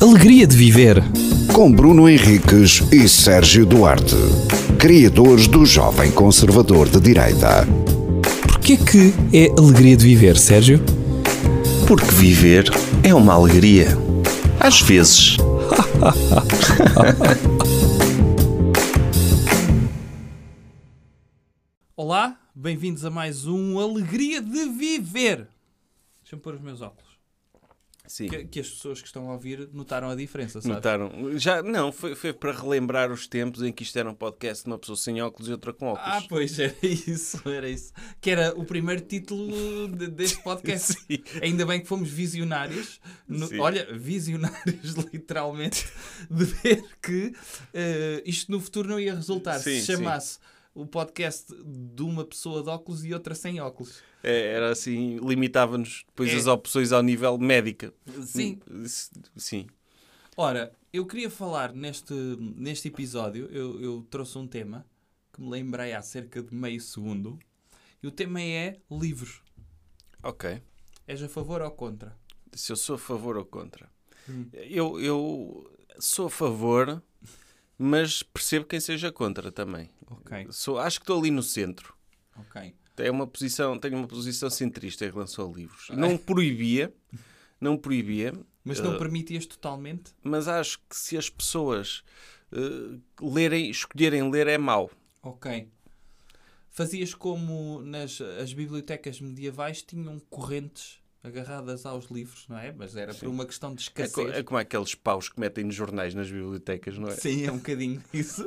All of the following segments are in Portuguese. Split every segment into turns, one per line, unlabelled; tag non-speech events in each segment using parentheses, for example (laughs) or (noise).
alegria de viver.
Com Bruno Henriques e Sérgio Duarte, criadores do Jovem Conservador de Direita.
Porquê que é alegria de viver, Sérgio?
Porque viver é uma alegria. Às vezes.
Olá, bem-vindos a mais um Alegria de Viver. Deixa-me pôr os meus óculos.
Sim. é
Que, que as pessoas que estão a ouvir notaram a diferença, sabe?
Notaram? Já, não, foi, foi para relembrar os tempos em que isto era um podcast de uma pessoa sem óculos e outra com
Ah,
óculos.
pois, era isso, era isso. Que era o primeiro título de- deste podcast.
(laughs) Sim.
Ainda bem que fomos visionários. no-
Sim.
olha, visionários, (laughs) literalmente, de ver que eh, isto no futuro não ia resultar.
Sim,
se
sim.
chamasse o podcast de uma pessoa de óculos e outra sem óculos.
É, era assim, limitava-nos depois
É.
as opções ao nível médica.
Sim.
S- Sim.
Ora, eu queria falar neste, neste episódio, eu, eu trouxe um tema que me lembrei há cerca de meio segundo. E o tema é livros.
Ok.
És a favor ou contra?
Se eu sou a favor ou contra.
Hum.
Eu, eu sou a favor, mas percebo quem seja contra também.
Ok.
Sou, acho que estou ali no centro.
Ok.
É uma posição, tenho uma posição centrista em relação a livros. Não proibia, não proibia,
Mas
Eh,
não permitias totalmente?
mas acho que se as pessoas eh, lerem, escolherem ler é mau.
Ok. Fazias como nas as bibliotecas medievais tinham correntes agarradas aos livros, não é? Mas era por uma questão de
É, co-
escassez.
é como aqueles paus que metem nos jornais nas bibliotecas, não é?
Sim, é um bocadinho isso.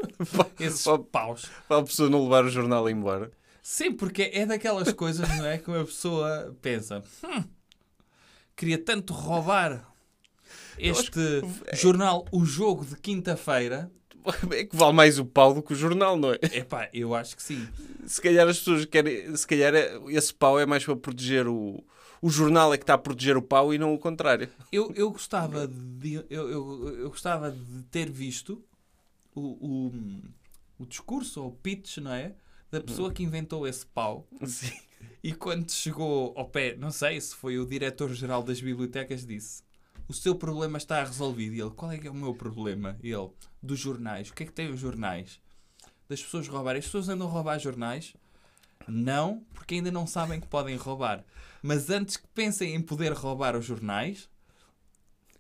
(laughs)
Esses
Pá-
paus.
Para a pessoa não levar o jornal embora.
Sim, porque é daquelas coisas, não é? Que uma pessoa pensa: "Hum, queria tanto roubar este jornal, o jogo de quinta-feira.
É que vale mais o pau do que o jornal, não é?
Epá, eu acho que sim.
Se calhar as pessoas querem. Se calhar é- esse pau é mais para proteger o. O jornal é que está a proteger o pau e não o contrário.
Eu, eu, gostava, de, eu, eu, eu gostava de ter visto o, o, o discurso ou o pitch, não é? Da pessoa que inventou esse pau.
(laughs) Sim.
E quando chegou ao pé, não sei se foi o diretor-geral das bibliotecas, disse: O seu problema está resolvido. E ele: Qual é que é o meu problema? E ele: Dos jornais. O que é que tem os jornais? Das pessoas roubarem. As pessoas andam a roubar jornais? Não, porque ainda não sabem que podem roubar. Mas antes que pensem em poder roubar os jornais,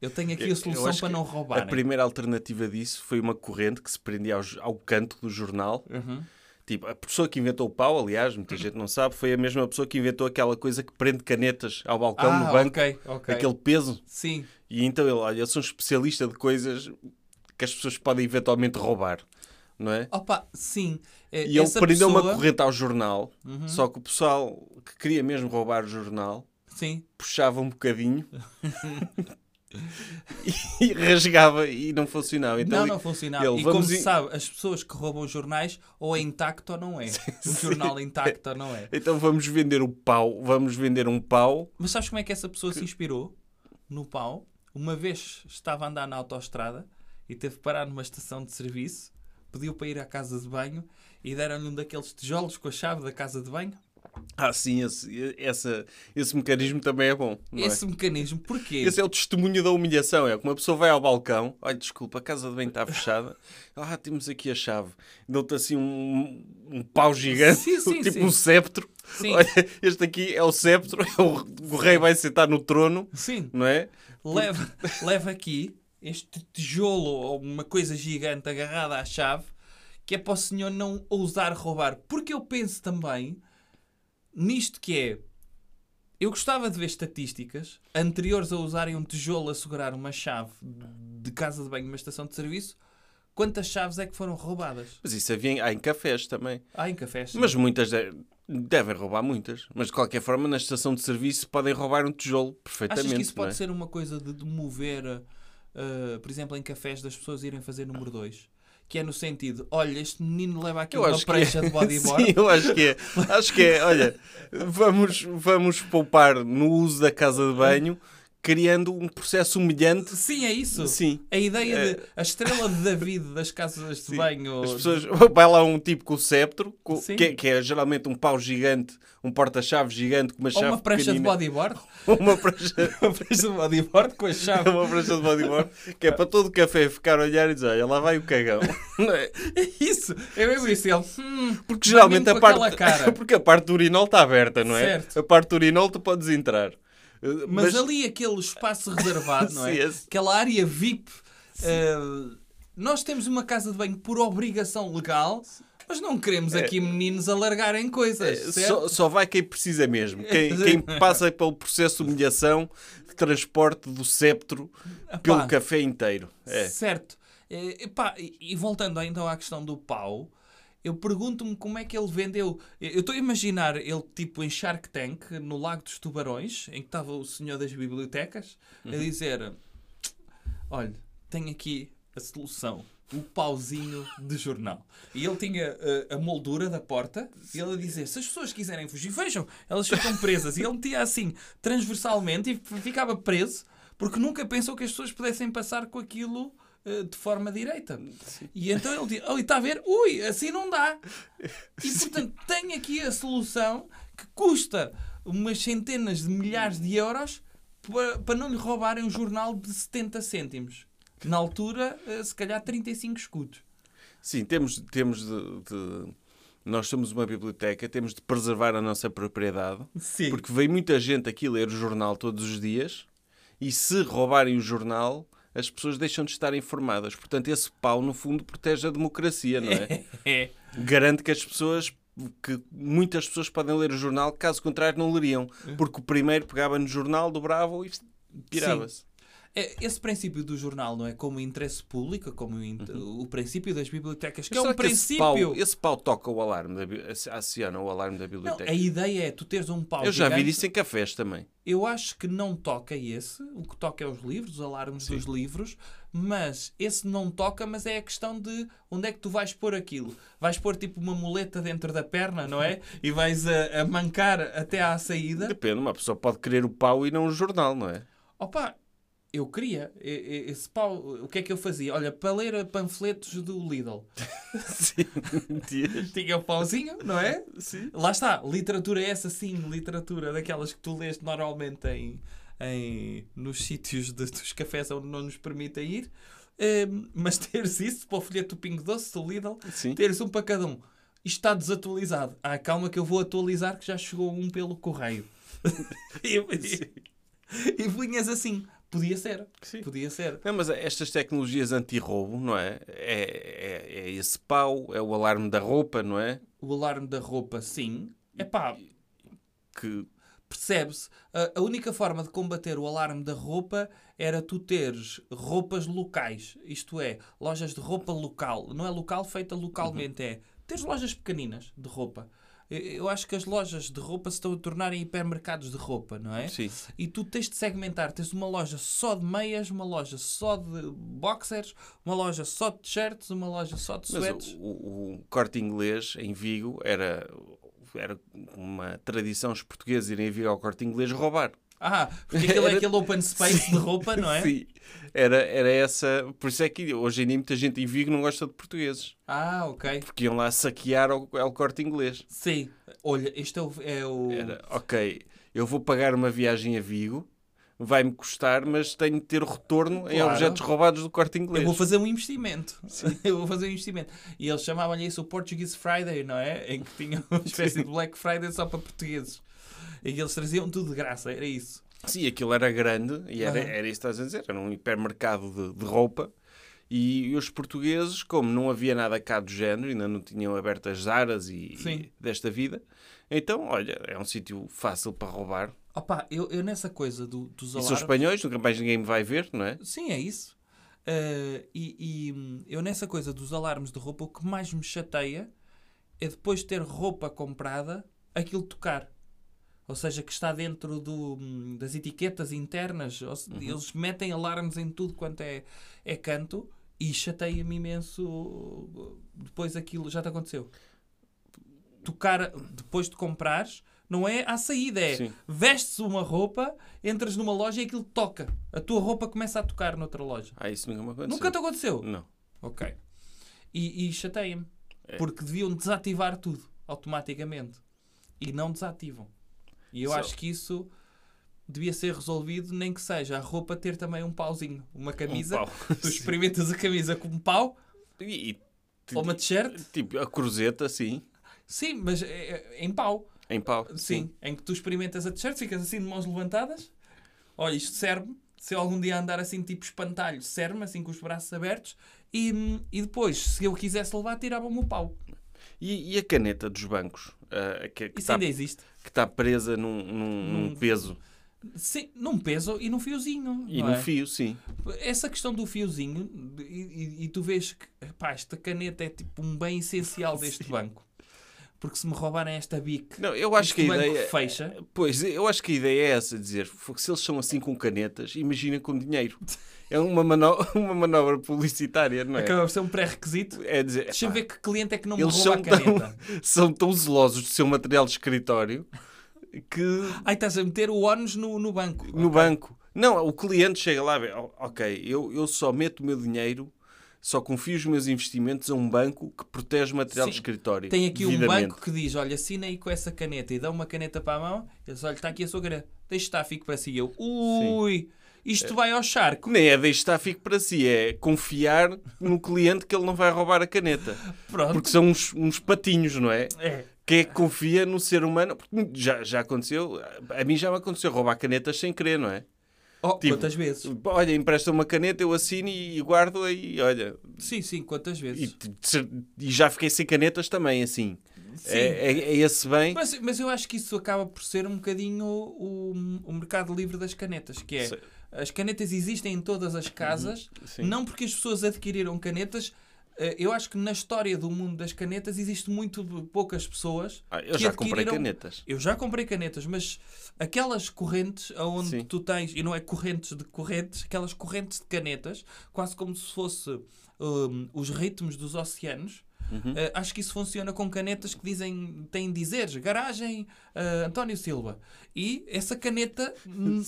eu tenho aqui
Eu- eu
a solução
acho
para
que
não
A
roubarem.
primeira alternativa disso foi uma corrente que se prendia ao, j- ao canto do jornal.
Uhum.
Tipo, a pessoa que inventou o pau, aliás,
(clears throat)
muita gente não sabe, foi a mesma pessoa que inventou aquela coisa que prende canetas ao balcão
Ah,
no banco, é
ok, ok.
aquele peso.
Sim,
E então ele, olha, eu sou um especialista de coisas que as pessoas podem eventualmente roubar, não é?
opa, sim. É,
E ele
essa
prendeu uma
pessoa- Uhum.
corrente ao jornal, só que o pessoal que queria mesmo roubar o jornal
Sim,
puxava um bocadinho (laughs) e rasgava e não funcionava. Então
não,
ele-
não funcionava.
ele,
e como
"Vamos
se
in-
sabe, as pessoas que roubam jornais ou é intacto ou não é. Um jornal intacto ou não é.
Então vamos vender o pau, vamos vender um pau.
Mas sabes como é que essa pessoa se inspirou? No pau. Uma vez estava a andar na autoestrada e teve que parar numa estação de serviço, pediu para ir à casa de banho e deram-lhe um daqueles tijolos com a chave da casa de banho.
Ah, sim, esse, essa, esse mecanismo também é bom. não é?
Esse mecanismo, porquê?
Esse é o testemunho da humilhação. É que uma pessoa vai ao balcão, olha, desculpa, a casa de bem está fechada. (laughs) Ah, temos aqui a chave. Dão-te assim um, um pau gigante,
Sim, sim,
tipo
sim.
um sceptro.
Sim.
Olha, este aqui é o sceptro, (laughs) é o, o rei vai sentar no trono,
Sim,
não é?
leva, (laughs) leva aqui este tijolo ou uma coisa gigante agarrada à chave que é para o senhor não ousar roubar. Porque eu penso também nisto que é. Eu gostava de ver estatísticas anteriores a usarem um tijolo a segurar uma chave de casa de banho numa estação de serviço. Quantas chaves é que foram roubadas?
Mas isso havia em, há em cafés também.
Ah, em cafés. sim.
Mas muitas de- devem roubar muitas. Mas de qualquer forma, na estação de serviço podem roubar um tijolo perfeitamente.
Achas que isso
não
pode
é?
ser uma coisa de, de mover, eh, por exemplo, em cafés das pessoas irem fazer número 2? Que é no sentido, olha, este menino leva aqui
Eu
uma
acho que é. (laughs)
prancha de bodyboard.
Sim, eu acho que é. Acho que é. Olha, vamos, vamos poupar no uso da casa de banho criando um processo humilhante.
Sim, é isso.
Sim. É.
A ideia de. A estrela de David das casas de banho.
As pessoas, (laughs) vai lá um tipo com o sceptro, co-
Sim.
que, é- que é geralmente um pau gigante, um porta-chave gigante com uma
Ou
chave
uma prancha de
pequenina.
bodyboard.
(laughs) uma prancha
(laughs) uma prancha de bodyboard com a (laughs)
(laughs)
chave.
uma prancha de bodyboard, que é para todo o café ficar a olhar e dizer, olha, lá vai o
(laughs)
cagão. Não é?
É isso. É mesmo isso. Ele. hum,
Porque geralmente
mesmo
a
com
parte,
aquela
(laughs)
cara.
porque a parte do urinol está aberta, não é?
Certo.
A parte do urinol tu podes entrar. Uh,
Mas, ali aquele espaço reservado, não é?
(laughs) Sim, esse.
Aquela área VIP. eh, nós temos uma casa de banho por obrigação legal, mas não queremos aqui meninos alargarem coisas.
É. eh, só,
certo?
só vai quem precisa
(laughs)
mesmo. Quem,
Sim.
quem passa pelo processo de humilhação de transporte do sceptro pelo café inteiro. É.
Certo. Eh, epá, e, e voltando então à questão do pau, eu pergunto-me como é que ele vendeu. Eu eu estou a imaginar ele tipo em Shark Tank, no Lago dos Tubarões, em que estava o senhor das bibliotecas,
Uhum.
a dizer: Olha, tenho aqui a solução. O pauzinho de jornal. E ele tinha eh, a moldura da porta e ele a dizer: se as pessoas quiserem fugir, vejam, elas ficam presas. E ele metia assim, transversalmente, e f- ficava preso porque nunca pensou que as pessoas pudessem passar com aquilo eh, de forma direita. E então ele diz: oh, e está a ver? Ui, assim não dá. E portanto, tenho aqui a solução que custa umas centenas de milhares de euros pa- para não lhe roubarem um jornal de 70 cêntimos. Na altura, eh, se calhar 35 escudos.
Sim, temos, temos de, de- Nós somos uma biblioteca, temos de preservar a nossa propriedade.
Sim.
Porque vem muita gente aqui ler o jornal todos os dias e se roubarem o jornal, as pessoas deixam de estar informadas. Portanto, esse pau, no fundo, protege a democracia, não
(laughs)
é?
É.
Garante que as pessoas. Que muitas pessoas podem ler o jornal, caso contrário, não leriam. Porque o primeiro pegava no jornal, dobrava e pirava-se.
É, Esse princípio do jornal, não é? Como interesse público, como in-
Uhum.
o princípio das bibliotecas, que
Mas
é um
será que esse
princípio.
pau- Esse pau, toca o alarme, da bi- aciona o alarme da
Não,
biblioteca.
a ideia é tu teres um pau
Eu já vi
gigante.
isso em cafés também.
Eu acho que não toca esse. O que toca é os livros, os alarmes dos livros. Mas esse não toca, mas é a questão de onde é que tu vais pôr aquilo. Vais pôr tipo uma muleta dentro da perna, não é? E vais a, a mancar até à saída.
Depende, uma pessoa pode querer o pau e não o jornal, não é?
Opa, eu queria. E- e- Esse pau, o que é que eu fazia? Olha, para ler panfletos do Lidl.
Sim, mentias.
Tinha o pauzinho, não é? Lá está, literatura é essa sim, literatura daquelas que tu lês normalmente em, em- nos sítios de- dos cafés onde não nos permitem ir. Ehm, mas (laughs) teres isso para o folheto do Pingo Doce, do Lidl,
Sim.
teres um para cada um. Isto está desatualizado. Ah, calma que eu vou atualizar que já chegou um pelo correio. (laughs) e, e, e vinhas assim. Podia ser.
Sim.
Podia ser.
Não, mas estas tecnologias anti-roubo, não é? É, é? é esse pau, é o alarme da roupa, não é?
O alarme da roupa, sim. É pá,
Que
percebe-se. A- A única forma de combater o alarme da roupa era tu teres roupas locais, isto é, lojas de roupa local. Não é local feita localmente,
Uhum.
é teres lojas pequeninas de roupa. E- Eu acho que as lojas de roupa se estão a tornar em hipermercados de roupa, não é?
Sim.
E tu tens de segmentar, tens uma loja só de meias, uma loja só de boxers, uma loja só de t-shirts, uma loja só de
mas
sweats.
o, o- o corte inglês em Vigo era, era uma tradição os portugueses irem a Vigo ao corte inglês roubar.
Ah,
(laughs)
porque aquilo é
Era-
aquele open space de roupa, não é?
Sim. Era, era essa. Por isso é que hoje em dia muita gente em Vigo não gosta de portugueses.
Ah, ok.
Porque iam lá saquear ao, ao corte inglês.
Sim. Olha, este é o. É o...
Era, ok, eu vou pagar uma viagem a Vigo, vai-me custar, mas tenho de ter retorno em
Claro.
objetos roubados do corte inglês.
Eu vou fazer um investimento. (laughs) Eu vou fazer um investimento. E eles chamavam-lhe isso o Portuguese Friday, não é? Em que tinha
(laughs)
uma espécie de Black Friday só para portugueses. E eles traziam tudo de graça, era isso.
Sim, aquilo era grande e era,
Aham.
era isso que estás a dizer, era um hipermercado de, de roupa. E os portugueses, como não havia nada cá do género, ainda não tinham aberto as zaras e,
Sim.
e desta vida, então, olha, é um sítio fácil para roubar.
Opa, eu, eu nessa coisa do, dos
E são
alarmes.
espanhóis, nunca mais ninguém me vai ver, não é?
Sim, é isso. Ah, e, e, hum, eu nessa coisa dos alarmes de roupa, o que mais me chateia é depois de ter roupa comprada, aquilo tocar. Ou seja, que está dentro do, hum, das etiquetas internas. ou se- Eles metem alarmes em tudo quanto é, é canto e chateia-me imenso depois aquilo. Já te aconteceu? Tocar depois de comprares, Não é à saída, é
Sim.
vestes uma roupa, entras numa loja e aquilo toca. A tua roupa começa a tocar noutra loja.
Ah, isso nunca me aconteceu.
Nunca te aconteceu?
Não.
Ok. E, e chateia-me.
É.
Porque deviam desativar tudo automaticamente. E não desativam. E eu
Só-
acho que isso devia ser resolvido, nem que seja a roupa ter também um pauzinho. Uma camisa.
pau.
(laughs) Tu
Sim.
experimentas a camisa com um pau
E, e-
ou uma t-shirt.
Tipo, a cruzeta, sim.
Sim, mas é- é em pau.
Em pau.
Ah, Sim, em que tu experimentas a t-shirt, ficas assim de mãos levantadas. Olha, isto serve-me. Se eu algum dia andar assim, tipo espantalho, serve-me, assim com os braços abertos. E, e depois, se eu quisesse levar, tirava-me o pau.
E, e a caneta dos bancos? ah, que
Isso
está
ainda existe.
presa num, num- num peso
Sim, num peso e num fiozinho.
e
não
num
é?
fio, sim.
Essa questão do fiozinho, de- e, e- e tu vês que pá, esta caneta é tipo um
(laughs)
bem essencial deste banco. Porque se me roubarem esta bic,
Não, eu acho
este
que a
banco
ideia. é-
fecha.
Pois, eu acho que a ideia é essa, dizer, "Fogo, se eles são assim com canetas, imagina com
(laughs)
dinheiro. É uma manobra, uma manobra publicitária, não é?
Acaba por ser um pré-requisito.
É dizer,
Deixa eu ver que cliente é que não me
eles
rouba
são
a
tão,
caneta.
(laughs) são tão zelosos do seu material de escritório que
Ai, estás a meter o ónus no, no banco.
no banco. Não, o cliente chega lá e vê, "Oh, ok, eu, eu só meto o meu dinheiro, só confio os meus investimentos a um banco que protege o material
Sim.
de escritório.
Tem aqui um
devidamente."
banco que diz: olha, assina aí com essa caneta e dá uma caneta para a mão. Eles, olha, está aqui a sua caneta. Deixa estar, fico para si. E Eu, ui, isto vai ao charco.
Nem é deixar fico para si, é confiar no cliente que ele não vai roubar a caneta.
Pronto.
Porque são uns, uns patinhos, não é?
É.
Quem é que confia no ser humano? Porque já, já aconteceu, a mim já me aconteceu roubar canetas sem querer, não é?
Oh,
Tipo,
quantas vezes?
Olha, empresta uma caneta, eu assino e guardo-a e olha.
Sim, sim, quantas
E,
vezes.
t- t- e já fiquei sem canetas também, assim.
Sim.
É, é, é esse bem.
Mas, mas eu acho que isso acaba por ser um bocadinho o, o mercado livre das canetas, que é
Sim.
as canetas existem em todas as casas,
Uhum, sim.
não porque as pessoas adquiriram canetas. eh, Eu acho que na história do mundo das canetas existe muito de poucas pessoas.
Ah, eu
que
já comprei
adquiriram-
canetas.
Eu já comprei canetas, mas aquelas correntes onde
Sim.
tu tens, e não é correntes de correntes, aquelas correntes de canetas, quase como se fosse hum, os ritmos dos oceanos.
Uhum.
Eh, acho que isso funciona com canetas que dizem, têm dizeres, garagem eh, António Silva. E essa caneta.
(laughs)
hum,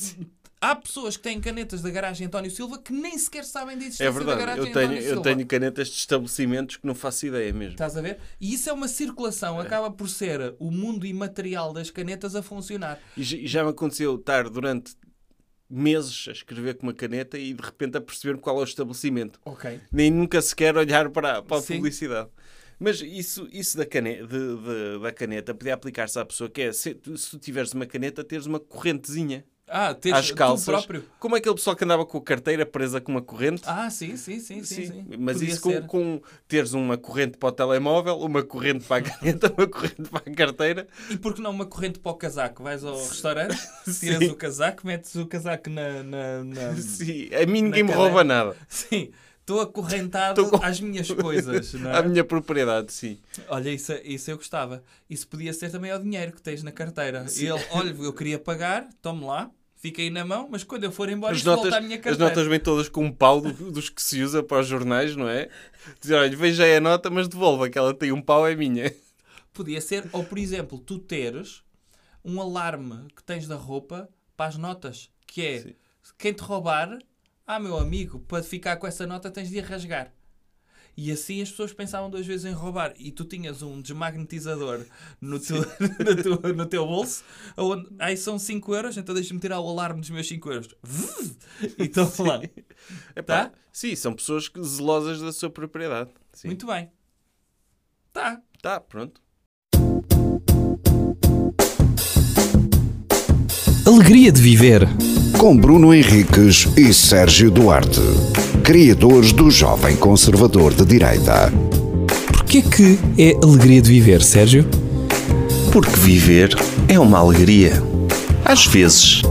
Há pessoas que têm canetas da garagem António Silva que nem sequer sabem da existência
É
da
verdade,
garagem
eu tenho,
António Silva.
eu tenho canetas de estabelecimentos que não faço ideia mesmo.
Estás a ver? E isso é uma circulação, acaba por ser o mundo imaterial das canetas a funcionar.
E j- e já me aconteceu estar durante meses a escrever com uma caneta e de repente a perceber qual é o estabelecimento.
Ok.
Nem nunca sequer olhar para, a- para a
Sim.
publicidade. Mas isso, isso da, cane, de- de- da caneta podia aplicar-se à pessoa que é se, tu- se tu tiveres uma caneta, teres uma correntezinha
Ah, tens
às calças.
tu próprio.
Como é aquele pessoal que andava com a carteira presa com uma corrente.
Ah, sim, sim, sim, sim. sim.
Mas
Podia
isso com,
ser.
com teres uma corrente para o telemóvel, uma corrente para a (laughs) caneta, uma corrente para a carteira.
E por que não uma corrente para o casaco? Vais
(laughs)
ao restaurante, tiras o casaco, metes o casaco na. na, na...
(laughs) Sim, a mim ninguém me
cadeira.
rouba nada.
Sim, estou acorrentado
Estou com-
às
(laughs)
minhas coisas. não é?
A minha propriedade, sim.
Olha, isso, isso eu gostava. Isso podia ser também ao dinheiro que tens na carteira. E ele, olha, eu queria pagar, tome lá, fica aí na mão, mas quando eu for embora,
As
isto volta
notas,
à minha
as
carteira.
notas vêm todas com um pau do- dos que se usa para os jornais, não é? Dizer, olha, veja aí a nota, mas devolva, que ela tem um pau, é minha. (laughs)
Podia ser, ou por exemplo, tu teres um alarme que tens da roupa para as notas, que é
Sim.
quem te roubar, ah meu amigo, para ficar com essa nota tens de a rasgar. E assim as pessoas pensavam duas vezes em roubar. E tu tinhas um desmagnetizador no teu, (laughs) na tua- no teu bolso. Onde, aí são 5 euros, então deixa-me tirar o alarme dos meus 5 euros. E estão lá.
Epá,
Tá?
Sim, são pessoas que- zelosas da sua propriedade. Sim.
Muito bem. Tá.
Tá, pronto.
Alegria de viver.
Com Bruno Henriques e Sérgio Duarte, criadores do Jovem Conservador de Direita.
Porquê que é alegria de viver, Sérgio?
Porque viver é uma alegria. Às vezes.